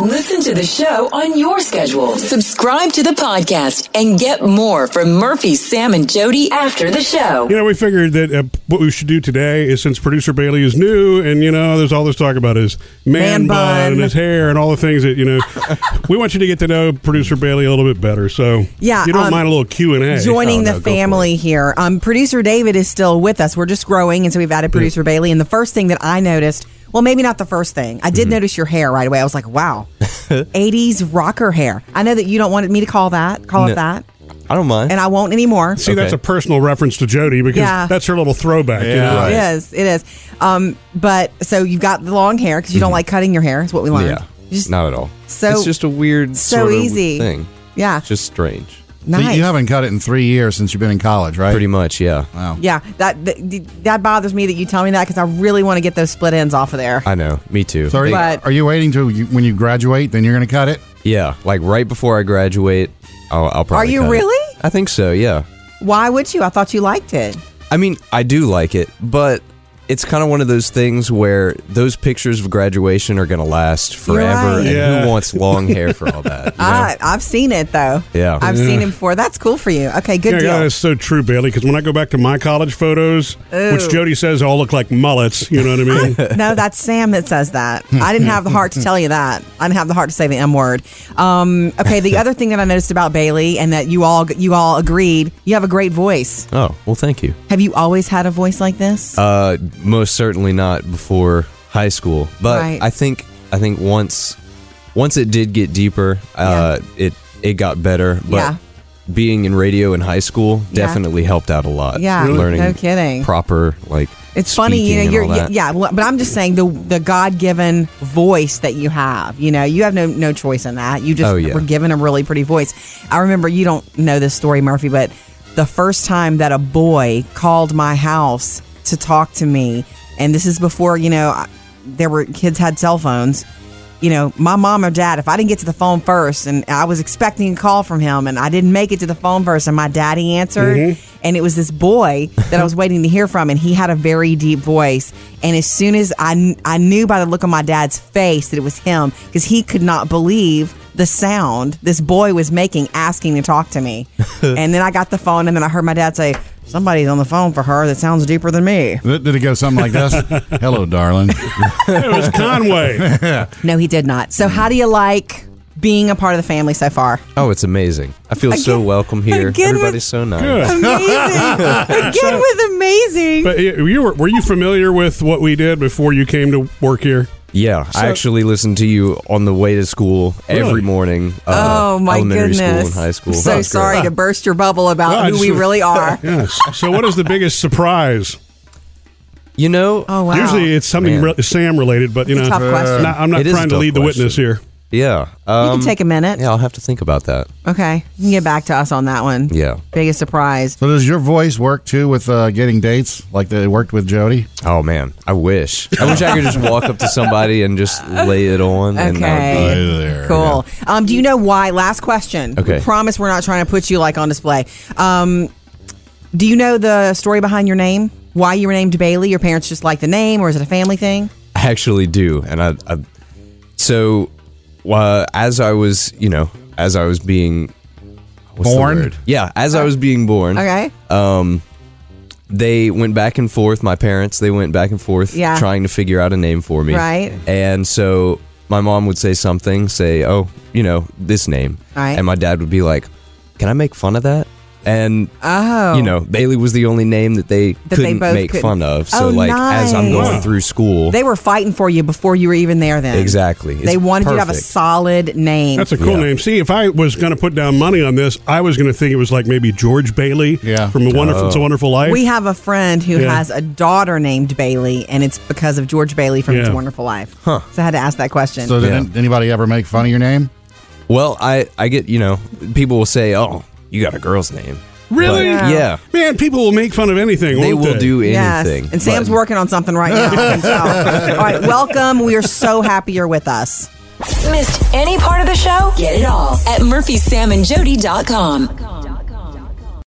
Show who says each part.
Speaker 1: Listen to the show on your schedule. Subscribe to the podcast and get more from Murphy, Sam, and Jody after the show.
Speaker 2: You know, we figured that uh, what we should do today is since producer Bailey is new, and you know, there's all this talk about his man,
Speaker 3: Man
Speaker 2: bun,
Speaker 3: bun.
Speaker 2: and his hair and all the things that you know. we want you to get to know producer Bailey a little bit better. So
Speaker 3: Yeah,
Speaker 2: you don't
Speaker 3: um,
Speaker 2: mind a little Q and A.
Speaker 3: joining
Speaker 2: Oh, no,
Speaker 3: the
Speaker 2: go for it.
Speaker 3: family here. Um, producer David is still with us. We're just growing, and so we've added producer Bailey. And the first thing that I noticed, well, maybe not the first thing, I did notice your hair right away. I was like, wow, '80s rocker hair. I know that you don't want me to call that, call it
Speaker 4: No.
Speaker 3: that,
Speaker 4: I don't mind.
Speaker 3: and I won't anymore.
Speaker 2: See, that's a
Speaker 4: Okay.
Speaker 2: personal reference to Jody because
Speaker 3: Yeah.
Speaker 2: that's her little throwback. you
Speaker 4: Yeah.
Speaker 2: know?
Speaker 4: Right.
Speaker 3: It is, it is. Um, but so you've got the long hair because you don't like cutting your hair. Is what we learned.
Speaker 4: yeah,
Speaker 3: You just-
Speaker 4: not at all.
Speaker 3: so-
Speaker 4: it's just a weird,
Speaker 3: so
Speaker 4: sort of
Speaker 3: easy.
Speaker 4: thing.
Speaker 3: yeah,
Speaker 4: It's just strange,
Speaker 5: So
Speaker 3: nice.
Speaker 5: You haven't cut it in three years since you've been in college, right?
Speaker 4: pretty much. Yeah,
Speaker 5: Wow.
Speaker 3: yeah, that, that that bothers me that you tell me that because I really want to get those split ends off of there.
Speaker 4: I know. Me too.
Speaker 5: So are, you,
Speaker 3: But-
Speaker 5: are you waiting till you, when you graduate? Then you're going to cut it.
Speaker 4: Yeah, like right before I graduate, I'll, I'll probably.
Speaker 3: Are you
Speaker 4: cut it.
Speaker 3: really?
Speaker 4: I think so. Yeah.
Speaker 3: Why would you? I thought you liked it.
Speaker 4: I mean, I do like it, but it's kind of one of those things where those pictures of graduation are going to last forever,
Speaker 3: right.
Speaker 4: and
Speaker 2: Yeah.
Speaker 4: who wants long hair for all that? you know?
Speaker 3: I, I've seen it though.
Speaker 4: Yeah.
Speaker 3: I've seen it before. That's cool for you. Okay, good
Speaker 2: Yeah,
Speaker 3: deal.
Speaker 2: yeah, that's so true, Bailey. Because when I go back to my college photos, which
Speaker 3: Ooh.
Speaker 2: Jody says all look like mullets, you know what I mean?
Speaker 3: No, that's Sam that says that.
Speaker 2: Hmm.
Speaker 3: I didn't have the heart to tell you that. I didn't have the heart to say the M word. Um, okay, the other thing that I noticed about Bailey and that you all you all agreed, you have a great voice.
Speaker 4: oh well, thank you.
Speaker 3: Have you always had a voice like this?
Speaker 4: Uh, most certainly not before high school, but
Speaker 3: Right.
Speaker 4: I think I think once once it did get deeper, uh, it it got better. But
Speaker 3: Yeah.
Speaker 4: being in radio in high school
Speaker 3: Yeah.
Speaker 4: definitely helped out a lot.
Speaker 3: Yeah, Really?
Speaker 4: learning
Speaker 3: no kidding.
Speaker 4: proper like
Speaker 3: it's funny, you
Speaker 4: speaking
Speaker 3: know.
Speaker 4: and
Speaker 3: You're
Speaker 4: all that.
Speaker 3: yeah, well, but I'm just saying the the God given voice that you have. You know, you have no no choice in that. You just
Speaker 4: Oh, yeah.
Speaker 3: were given a really pretty voice. I remember you don't know this story, Murphy, but the first time that a boy called my house to talk to me, and this is before you know, I- there were kids had cell phones. You know, my mom or dad, if I didn't get to the phone first and I was expecting a call from him and I didn't make it to the phone first and my daddy answered and it was this boy that I was waiting to hear from and he had a very deep voice and as soon as I kn- I knew by the look on my dad's face that it was him cuz he could not believe the sound this boy was making asking to talk to me. and then I got the phone and then I heard my dad say somebody's on the phone for her that sounds deeper than me.
Speaker 5: Did did it go something like this? Hello, darling.
Speaker 2: it was Conway.
Speaker 3: No, he did not. So how do you like being a part of the family so far?
Speaker 4: Oh, it's amazing. I feel so
Speaker 3: Again-
Speaker 4: welcome here.
Speaker 3: again with-
Speaker 4: Everybody's so nice.
Speaker 2: Good.
Speaker 3: amazing. Again with amazing.
Speaker 2: But uh, you were, were you familiar with what we did before you came to work here?
Speaker 4: Yeah, I actually listened to you on the way to school
Speaker 2: Really?
Speaker 4: every morning. Uh,
Speaker 3: oh my
Speaker 4: elementary
Speaker 3: goodness.
Speaker 4: school and high school.
Speaker 3: I'm so
Speaker 4: That's great.
Speaker 3: sorry to burst your bubble
Speaker 2: No, I
Speaker 3: about who
Speaker 2: just-
Speaker 3: we really are.
Speaker 2: Yes. So, what is the biggest surprise?
Speaker 4: You know,
Speaker 3: Oh wow.
Speaker 2: Usually, it's something
Speaker 4: Man.
Speaker 2: re- Sam related, but you
Speaker 3: It's a
Speaker 2: know,
Speaker 3: tough question.
Speaker 2: not- I'm not
Speaker 4: It is a
Speaker 2: trying to
Speaker 4: tough
Speaker 2: lead the witness
Speaker 4: question.
Speaker 2: here.
Speaker 4: yeah. Um,
Speaker 3: you can take a minute.
Speaker 4: Yeah, I'll have to think about that.
Speaker 3: Okay. You can get back to us on that one.
Speaker 4: Yeah.
Speaker 3: Biggest surprise.
Speaker 5: so does your voice work too with uh, getting dates like that it worked with Jody?
Speaker 4: Oh man, I wish. I wish I could just walk up to somebody and just lay it on. And that would
Speaker 3: Okay.
Speaker 4: be,
Speaker 5: there.
Speaker 3: Cool. Um, do you know why? Last question.
Speaker 4: Okay.
Speaker 3: We promise we're not trying to put you like on display. Um, do you know the story behind your name? Why you were named Bailey? Your parents just like the name, or is it a family thing?
Speaker 4: I actually do, and I. I so, uh, as I was, you know, as I was being what's the
Speaker 5: Born?
Speaker 4: word? yeah, as I was being born,
Speaker 3: Uh,
Speaker 4: um,
Speaker 3: Okay.
Speaker 4: they went back and forth. My parents, they went back and forth
Speaker 3: Yeah.
Speaker 4: trying to figure out a name for me.
Speaker 3: Right.
Speaker 4: And so my mom would say something, say, oh, you know, this name.
Speaker 3: Right.
Speaker 4: And my dad would be like, can I make fun of that? And,
Speaker 3: Oh.
Speaker 4: you know, Bailey was the only name that they
Speaker 3: That they
Speaker 4: couldn't
Speaker 3: both
Speaker 4: make
Speaker 3: couldn't-
Speaker 4: fun of. So,
Speaker 3: Oh,
Speaker 4: like, as I'm
Speaker 3: nice.
Speaker 4: going through school,
Speaker 3: They were fighting for you before you were even there. Then
Speaker 4: Exactly. It's
Speaker 3: they wanted you to have a
Speaker 4: perfect.
Speaker 3: solid name.
Speaker 2: That's a cool
Speaker 4: Yeah.
Speaker 2: name. See, if I was going to put down money on this, I was going to think it was like maybe George Bailey
Speaker 5: Yeah.
Speaker 2: from a Wonderful,
Speaker 4: Oh.
Speaker 2: It's a Wonderful Life.
Speaker 3: we have a friend who
Speaker 2: Yeah.
Speaker 3: has a daughter named Bailey, and it's because of George Bailey from It's
Speaker 2: Yeah.
Speaker 3: a Wonderful Life. Huh. So I had to ask that question.
Speaker 5: So did
Speaker 4: Yeah.
Speaker 5: an- anybody ever make fun of your name?
Speaker 4: well, I, I get, you know, people will say, oh, you got a girl's name.
Speaker 2: really?
Speaker 4: But, yeah.
Speaker 2: Man, people will make fun of anything.
Speaker 4: They
Speaker 2: won't
Speaker 4: will do
Speaker 3: Yes,
Speaker 4: anything.
Speaker 3: and Sam's
Speaker 4: but-
Speaker 3: working on something right now. I can tell. All right, welcome. We are so happy you're with us.
Speaker 1: Missed any part of the show? Get it all at murphysamandjody.com.